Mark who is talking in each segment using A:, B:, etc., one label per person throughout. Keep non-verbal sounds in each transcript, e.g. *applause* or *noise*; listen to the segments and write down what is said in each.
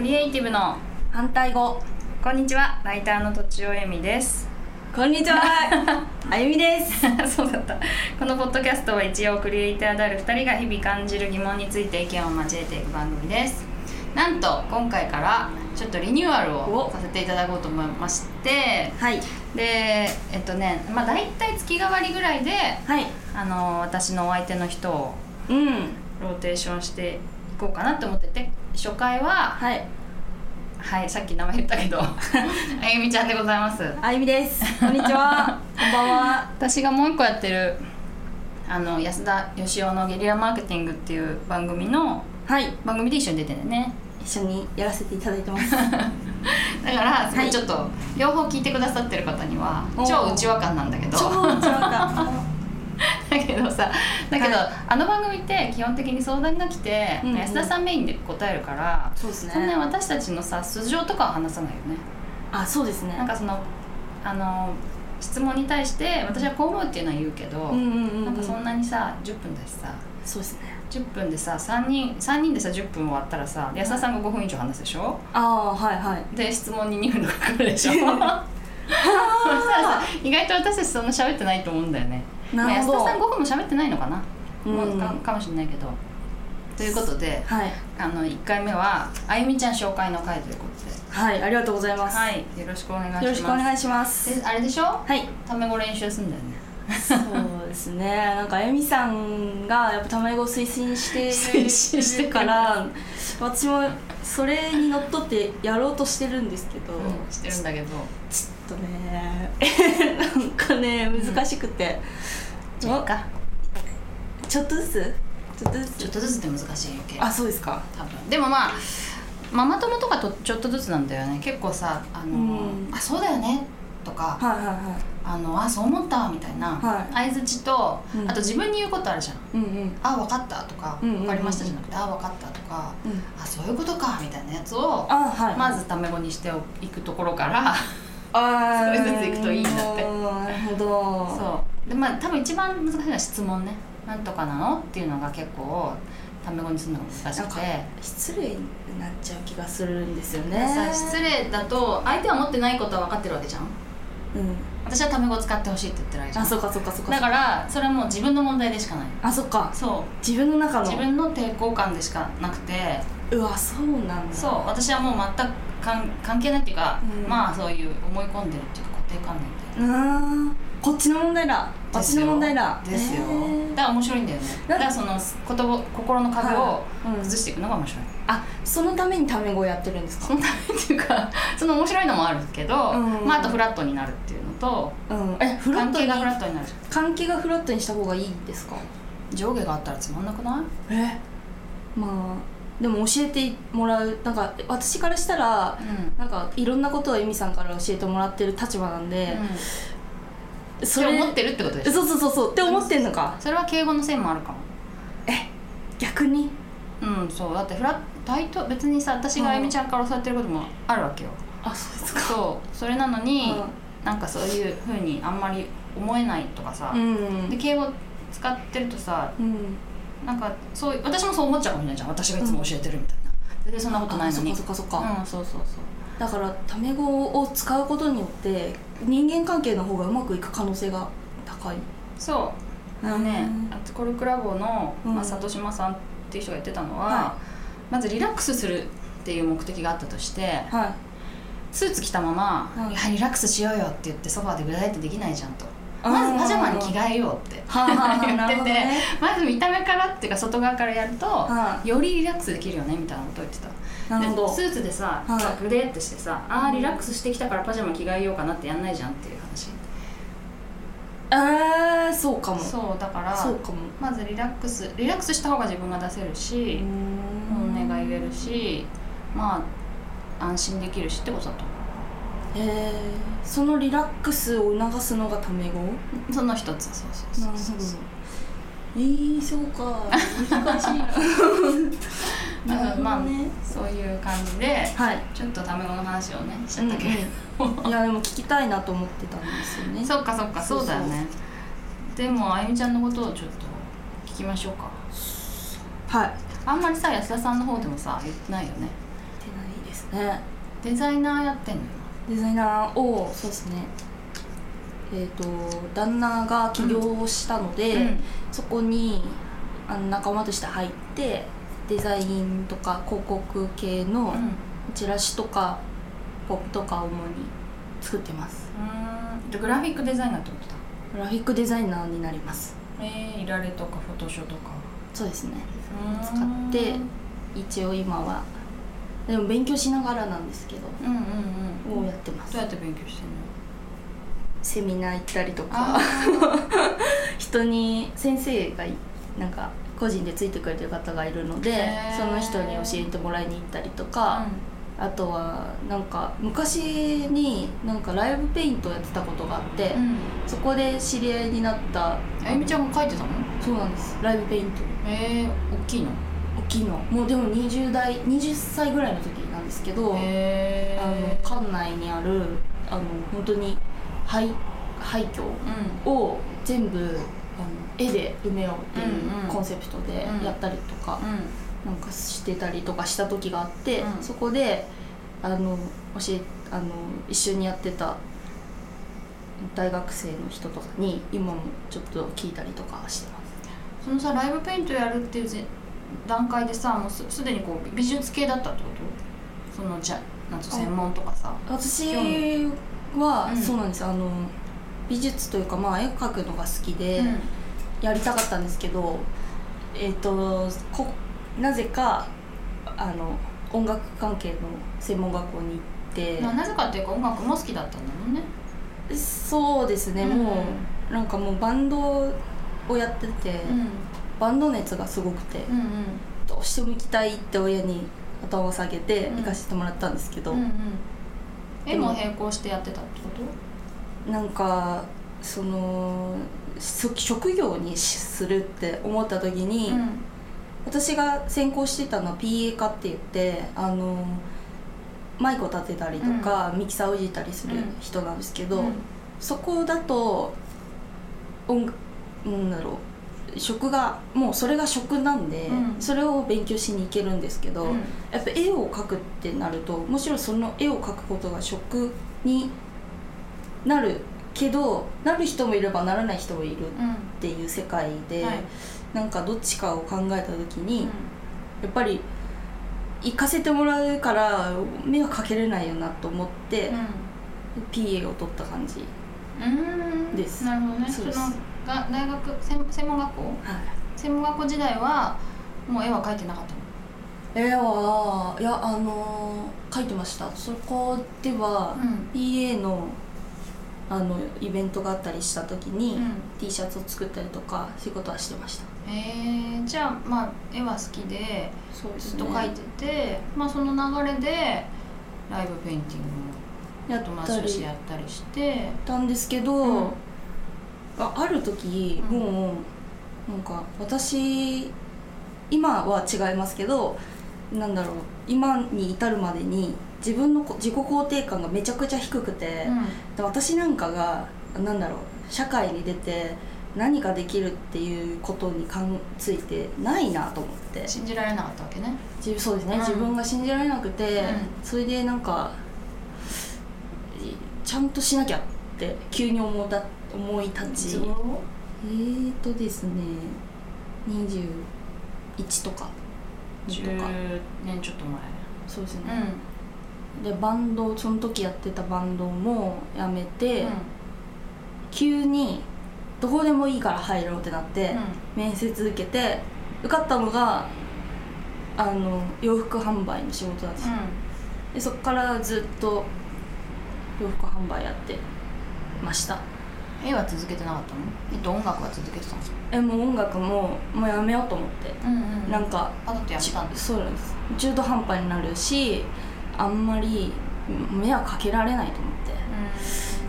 A: イティブの
B: 反対語
A: こんにちはライターのとちおえみです *laughs*
B: こんにちは *laughs* あゆみです
A: そうだったこのポッドキャストは一応クリエイターである2人が日々感じる疑問について意見を交えていく番組ですなんと今回からちょっとリニューアルを
B: お
A: させていただこうと思いまして
B: はい
A: でえっとねまあ大体月替わりぐらいで
B: はい
A: あの私のお相手の人を
B: うん
A: ローテーションしていこうかなと思ってて初回は
B: はい
A: はいさっき名前言ったけどあゆみちゃんでございます
B: あゆみですこんにち *laughs* はこんばんは
A: 私がもう一個やってるあの安田義雄の「ゲリラマーケティング」っていう番組の
B: はい
A: 番組で一緒に出てんだよね
B: 一緒にやらせていただいてます *laughs*
A: だからすご
B: はいい
A: ちょっと両方聞いてくださってる方には
B: おー
A: 超うちわ感なんだけど
B: 超うちわか
A: *laughs* だけどさだけど、
B: は
A: あの番組って基本的に相談が来て、
B: うんうん
A: 安田さんメインで答えるから、
B: *laughs* そうです
A: そんなに
B: ね
A: 私たちのさ素性とかは話さないよね
B: あそうですね
A: なんかそのあの質問に対して私はこう思うっていうのは言うけど、
B: うんうんうんう
A: なんかそん
B: ん
A: なにさ10分だしさ
B: そうですね
A: 10分でさ3人三人でさ10分終わったらさ安田さんが5分以上話すでしょ
B: ああーはい *laughs* はい
A: で質問に2分かかるでしょ *laughs* そしたらさ意外と私たちそんな喋ってないと思うんだよねまあ
B: なる
A: 安
B: ほ
A: 田
B: ど
A: さん5分も喋ってないのかな、も
B: う
A: うんかかもしれないけどということで
B: はい
A: あの1回目はあゆみちゃん紹介の回ということで
B: はいありがとうございます
A: はいよろしくお願いします
B: よろしくお願いします
A: であれでしょ
B: はい
A: タメ語練習すんだよね
B: そうですねなんかあゆみさんがやっぱ卵を推進して
A: 推進してくれる
B: るから私もそれにのっとってやろうとしてるんですけど、
A: うんしてるんだけど
B: ちょっとね *laughs* なんかね難しくて、
A: じゃあいいか
B: ちょっとずつちょっとず
A: ちょっ
B: つ
A: とずつで難しいよけ
B: あそうですか
A: 多分でもまあママ友とかとちょっとずつなんだよね結構さ「あの
B: うん
A: あそうだよね」とか
B: はいはいは
A: 「あのあそう思った」みたいな
B: は
A: 相づちと、
B: うん
A: あと自分に言うことあるじゃん
B: いうんうん
A: 「あ分かった」とか「
B: うんうんうん
A: 分かりました」じゃなくて「あ分かった」とか
B: うん
A: 「あそういうことか」みたいなやつを
B: あはい
A: まずタメ語にしていくところから
B: あー
A: 少しずつ行くといいんだって
B: なるほど
A: そうでまあ多分一番難しいのは質問ね「なんとかなの?」っていうのが結構タメ語にするのが難しくて。
B: 失礼になっちゃう気がするんですよね
A: さ失礼だと相手は持ってないことは分かってるわけじゃん
B: うん
A: 私はタメ語を使ってほしいって言ってるわけじゃ
B: あ
A: ん
B: そっかそっかそっか
A: だからそれはもう自分の問題でしかない
B: あそっか
A: そ
B: 自分の中
A: う
B: の
A: 自分の抵抗感でしかなくて
B: うわそうなんだ
A: そう私はもう全く関関係ないっていうか、
B: うん
A: まあそういう思い込んでるっていうか固定観念で
B: あーこっちの問題だこっちの問題だ
A: ですよ
B: えー
A: だから面白いんだよねだからその言葉心の壁を
B: うん
A: 崩していくのが面白い、 *laughs*
B: あそのためにタメ語をやってるんです
A: そ
B: か
A: のためっていうかその面白いのもあるけど、
B: うん
A: まあ、あとフラットになるっていうのと
B: うんえフラ
A: 関
B: ット
A: 係
B: に
A: がフラットになる
B: 関係がフラットにした方がいいですか
A: 上下があったらつまんなくない
B: えまあでも教えてもらうなんか私からしたら
A: うん
B: なんかいろんなことをエミさんから教えてもらってる立場なんで、そ
A: それ思ってるってことでしょ
B: そうそうそうそうって思ってんのか
A: それは敬語のせいもあるかも
B: 逆に
A: うんそうだってフラ対等別にさ私があゆみちゃんから教わってることもあるわけよ、
B: あそうです
A: そうそれなのに、なんかそういうふうにあんまり思えないとかさ
B: う、ん
A: で敬語使ってるとさ
B: うん
A: なんかそう私もそう思っちゃうかもしれないじゃん私がいつも教えてるみたいな、全然そんなことないのに
B: あそっかそっかそっか、
A: うんそうそうそ
B: だからタメ語を使うことによって人間関係の方がうまくいく可能性が高いう
A: そうあのね、アテコルクラボの、
B: うん
A: まあ、里島さんっていう人が言ってたのは、
B: は
A: まずリラックスするっていう目的があったとして
B: はい
A: スーツ着たまま「
B: うん
A: いやリラックスしようよ」って言ってソファーでぐだいってできないじゃんと
B: あー
A: まずパジャマに着替えようって
B: はあ、は
A: 言
B: あ、
A: ってて
B: なるほど
A: *laughs*
B: ね
A: まず見た目からっていうか外側からやると、
B: は
A: よりリラックスできるよねみたいなことを言ってた
B: なるほど
A: でスーツでさ
B: は
A: グレーってしてさあーリラックスしてきたからパジャマ着替えようかなってやんないじゃんっていう話
B: えー、そうかもそう
A: そうだから
B: かも
A: まずリラックスリラックスした方が自分が出せるし、
B: 本
A: 本音が言えるしまあ安心できるしってことだと思
B: えー、そのリラックスを促すのがタメ語
A: うその一つそうそうそうそうそう
B: えー、そうか難しいな
A: だから *laughs* まあ
B: なるほどね
A: そういう感じで
B: はい
A: ちょっとタメ語の話をねしち
B: う
A: ゃっ
B: ん
A: たけれ
B: うんいやでも聞きたいなと思ってたんですよ
A: ど *laughs*
B: ね
A: そっかそっかそうだよねでもあゆみちゃんのことをちょっと聞きましょうか
B: はい
A: あんまりさ安田さんの方でもさ言ってないよね
B: ってないです
A: です
B: ね
A: デザイナーやってんのよ
B: デザイナーをそうですねえっ、と旦那が起業したので、
A: うん
B: そこにあの仲間として入ってデザインとか広告系の
A: うん
B: チラシとかポップとかを主に作ってます
A: うーんでグラフィックデザイナーってことだ
B: グラフィックデザイナーになります
A: えー、イラレとかフォトショーとか
B: そうですね
A: 使
B: 使って一応今はでも勉強しながらなんですけど
A: うんうんうん
B: をやってます
A: どうやって勉強してんの
B: セミナー行ったりと
A: あ
B: か人に先生がいなんか個人でついてくれてる方がいるので
A: へー
B: その人に教えてもらいに行ったりと
A: あ
B: か、あとはなんか昔になんかライブペイントをやってたことがあって、
A: うんうん
B: そこで知り合いになった
A: あゆみちゃんが書いてたの
B: そうなんですライブペイント
A: えー、大きいの
B: 大きいのもうでも20代20歳ぐらいの時なんですけど、
A: え
B: あの
A: ー、
B: 館内にあるあの本当に廃廃墟
A: うん
B: を全部あの絵で埋めようって
A: うんう
B: い
A: ん
B: うコンセプトで
A: うん
B: やったりとか、
A: うん
B: なんかしてたりとかした時があって、
A: うん
B: そこであの教えあの一緒にやってた大学生の人とかに今もちょっと聞いたりとかしてます。
A: そのさライブペイントやるっていうぜ段階でさもうすすでにこう美術系だったってことそのじゃなんと
B: あ
A: 専門とかさ
B: 私
A: 興
B: は、
A: うん
B: そうなんですあの美術というか、まあ、絵描くのが好きで、
A: うん
B: やりたかったんですけどえっ、とこなぜかあの音楽関係の専門学校に行
A: まあ
B: っ
A: なぜかっていうか音楽も好きだったんだもんね
B: てそうですね、
A: うん
B: もうなんかもうバンドをやってて、
A: うん
B: バンド熱がすごくて、
A: うん
B: どうしても行きたいって親に頭を下げて
A: うん
B: 行かせてもらったんですけど、
A: うんうんうん絵も並行してやってたってこと
B: なんかそのそ職業にしするって思った時に、
A: うん
B: 私が専攻してたのは PA 化って言ってあのマイクを立てたりとか、ミキサーをいじったりする人なんですけど、
A: うん
B: そこだと音楽なんだろう職がもうそれが職なんで、
A: うん
B: それを勉強しに行けるんですけど、
A: うん
B: やっぱ絵を描くってなるともちろんその絵を描くことが職になるけどなる人もいればならない人もいるっていう世界で、
A: はい
B: なんかどっちかを考えた時に、
A: うん
B: やっぱり行かせてもらうから迷惑かけれないよなと思って、PA を取った感じ、
A: うんうん
B: です
A: なるほどね
B: そうです
A: のが大学専専門学校
B: はい、
A: 専門学校時代はもう絵は描いてなかったの
B: 絵はいやあのー描いてましたそこでは、PA のあのイベントがあったりした時に、
A: うん
B: T シャツを作ったりとかそういうことはしてました
A: えー、じゃあまあ絵は好きで
B: そう
A: ずっと描いてて、まあ、その流れでライブペインティング
B: や
A: も
B: っ
A: 友
B: た
A: 達として
B: り
A: やったりして
B: たんですけど、
A: うん
B: あある時、
A: うん
B: もうなんか私今は違いますけどなんだろう今に至るまでに自分のこ自己肯定感がめちゃくちゃ低くて、で私なんかがなんだろう社会に出て何かできるっていうことにかんついてないなと思って
A: 信じられなかったわけね
B: 自そうですね、
A: うん
B: 自分が信じられなくて、
A: うん
B: それでなんかいちゃんとしなきゃって急に思いだ思い立ちえーとですね21とか2とか
A: 10年ちょっと前
B: そうです
A: う
B: ね、
A: ん
B: でバンドその時やってたバンドもやめて、
A: うん
B: 急にどこでもいいから入ろうってなって、面接受けて受かったのがあの洋服販売の仕事だったんですよでそこからずっと洋服販売やってました
A: うん絵は続けてなかったのえっと音楽は続けてたの
B: えもう音楽ももうやめようと思って、
A: うん
B: なんか
A: あだってやめたんです
B: そうなんです中途半端になるしあんまり迷惑かけられないと思って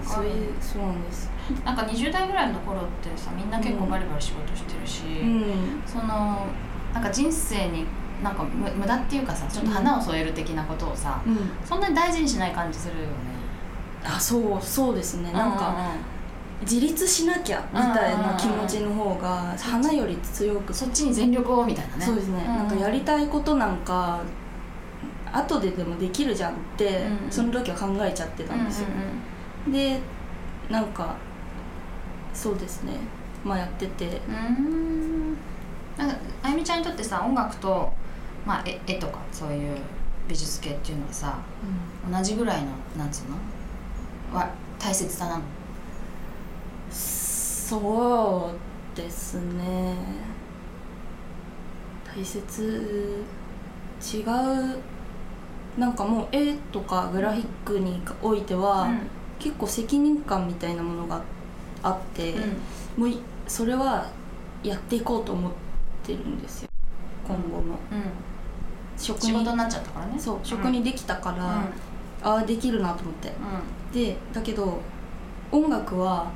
A: うん
B: そういうそうなんです
A: なんか20代ぐらいの頃ってさみんな結構バリバリ仕事してるし、
B: うん
A: そのなんか人生になんか無無駄っていうかさちょっと花を添える的なことをさ、
B: うん
A: そんなに大事にしない感じするよね
B: あそうそうですねなんか
A: う
B: 自立しなきゃみたいな気持ちの方が花より強く
A: んそっちに全力をみたいなね
B: そうですね、
A: ん
B: なんかやりたいことなんか後ででもできるじゃんって、
A: うん
B: その時は考えちゃってたんですよ、でなんかそうですねまあやってて
A: うんうんうんなんかあゆみちゃんにとってさ音楽と、まあ、絵絵とかそういう美術系っていうのはさ同じぐらいのなんつうのは大切さなの
B: そうですね大切違うなんかもう絵とかグラフィックにおいては、結構責任感みたいなものがあって、
A: うん
B: もういそれはやっていこうと思ってるんですよ今後も
A: うん、
B: 職
A: 仕事
B: に
A: になっちゃったからね
B: そう
A: うん
B: 職にできたか
A: うん
B: ら、ああできるなと思ってでだけど音楽は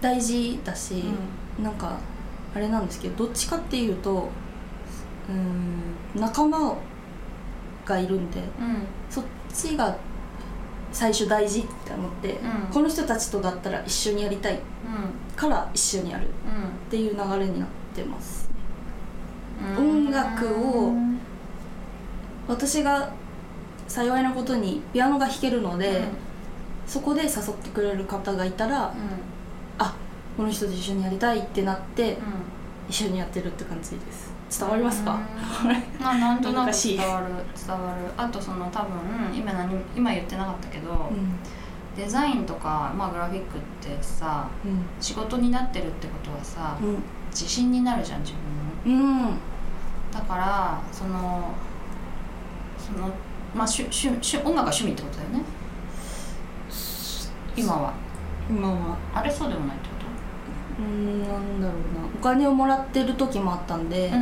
B: 大事だし、なんかあれなんですけどどっちかっていうとうーん仲間がいるんで
A: うんうん
B: そっちが最初大事って思って、
A: うん
B: この人たちとだったら一緒にやりたいから一緒にやるっていう流れになってます
A: うんうん
B: 音楽を
A: うん
B: 私が幸いなことにピアノが弾けるので、
A: うん
B: そこで誘ってくれる方がいたら、あこの人と一緒にやりたいってなって、
A: う
B: 一緒にやってるって感じです伝わりますか、
A: うんまあなんとなく
B: 難しい
A: 伝わる伝わるあとその多分今何今言ってなかったけど、
B: うん
A: デザインとか、まあ、グラフィックってさ
B: うん
A: 仕事になってるってことはさ、
B: うん
A: 自信になるじゃん自分の
B: うん
A: だからそのそのまあしゅしゅしゅ音楽が趣味ってことだよね今は
B: 今は
A: あれそうでもないってこ
B: うんなんだろうなお金をもらってる時もあったんで、
A: と、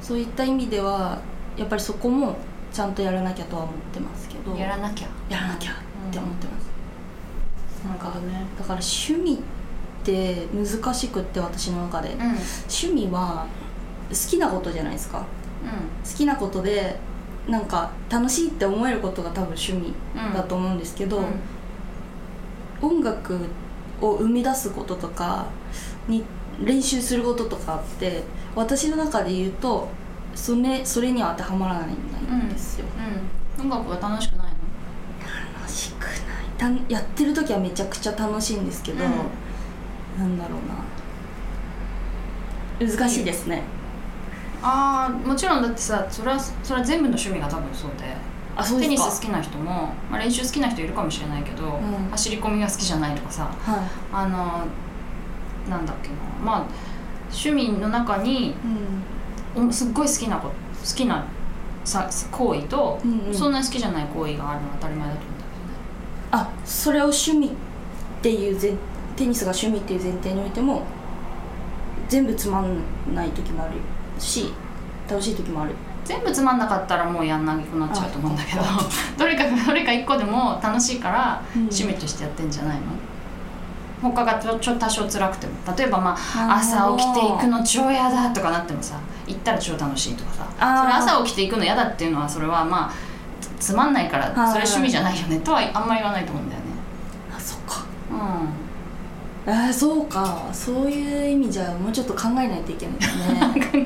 B: そういった意味ではやっぱりそこもちゃんとやらなきゃとは思ってますけど
A: やらなきゃ
B: やらなきゃって思ってます、
A: な
B: なん
A: る
B: か
A: ほどね
B: だから趣味って難しくって私の中で、
A: うんうん
B: 趣味は好きなことじゃないですか好きなことでなんか楽しいって思えることが多分趣味
A: うん
B: だと思うんですけど、
A: うん
B: 音楽を生み出すこととかに練習することとかって私の中で言うとそれそれには当てはまらないんですよ、
A: うん、音楽が楽しくないの
B: 楽しくないたやってる時はめちゃくちゃ楽しいんですけど、なんだろうな難しいですね、
A: ああもちろんだってさそれはそれは全部の趣味が多分そうで
B: あそうで
A: テ
B: すか
A: ニス好きな人も、まあ、練習好きな人いるかもしれないけど、
B: ん
A: 走り込みが好きじゃないとかさ
B: は
A: あのなんだっけなまあ趣味の中に
B: い、うん
A: おすっごい好きなこと好きなさ行為と、
B: うんうん
A: そんなに好きじゃない行為があるのは当たり前だと思うんだ
B: あそれを趣味っていう前テニスが趣味っていう前提においても全部つまんない時もあるし楽しい時もある
A: 全部つまんなかったらもうやんなくなっちゃうと思うんだけどどれかどれか一個でも楽しいから
B: うん
A: 趣味としてやってんじゃないの、他がちょちょ多少辛くても例えばまあ
B: あー
A: 朝起きていくの超嫌だとかなってもさ行ったら超楽しいとかさ
B: あー
A: それ朝起きていくの嫌だっていうのはそれはまあつつまんないから
B: はい
A: それ趣味じゃないよねとはあんまり言わないと思うんだよね
B: あそっか
A: うん
B: あーそうかそういう意味じゃもうちょっと考えないといけないです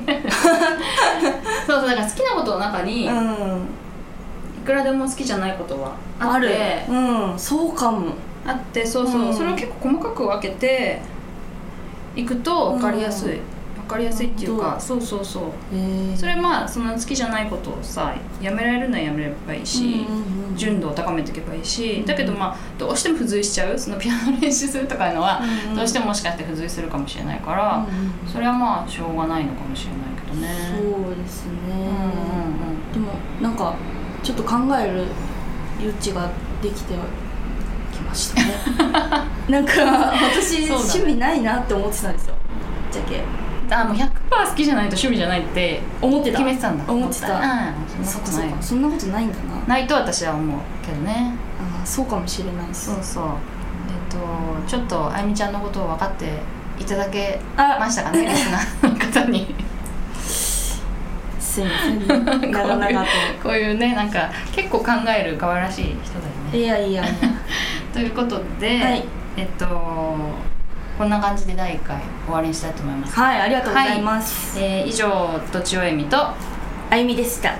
A: *laughs*
B: ね
A: そうそうだから好きなことの中に、い
B: うん
A: くらでも好きじゃないことはあ
B: あ
A: っ
B: る
A: て
B: うんそうかも
A: あってそうそう、
B: うん
A: それを結構細かく分けていくと分かりやすい、分かりやすいっていう
B: 本
A: か
B: 当
A: そうそうそう
B: へえ
A: それまあその好きじゃないことをさやめられるのはやめればいいし、
B: うんうん
A: 純度を高めていけばいいし、
B: うん
A: だけどまあどうしても付随しちゃうそのピアノ練習するとかいうのは、
B: うんうん
A: どうしてももしかして付随するかもしれないから、
B: うん
A: それはまあしょうがないのかもしれないけどね。
B: そうですね、
A: うんうんうん
B: でもなんかちょっと考える余地ができてきましたね
A: *laughs*
B: なんか私、
A: そうだね
B: 趣味ないなって思ってたんですよぶっちゃけ
A: あもう100%好きじゃないと趣味じゃないって
B: 思ってた
A: 決めてたんだ
B: 思ってた
A: うんそんな
B: そっか
A: こと
B: そ
A: な
B: っ
A: いよ
B: かそんなことないんだな
A: ないと私は思うけどね
B: あーそうかもしれないです
A: そうそうえっとちょっとあゆみちゃんのことを分かっていただけ
B: あ
A: ましたか
B: *laughs*
A: ねリスナーの方に
B: すいませ
A: *laughs*
B: んね長々
A: こういうねなんか結構考える可愛らしい人だよ
B: と
A: ね
B: いや
A: *laughs*
B: いやい
A: ということで、
B: はい
A: えっとこんな感じで第1回終わりにしたいと思いま
B: や
A: す、
B: はいありがとうございます、
A: えー以上とちおえみと
B: あゆみでした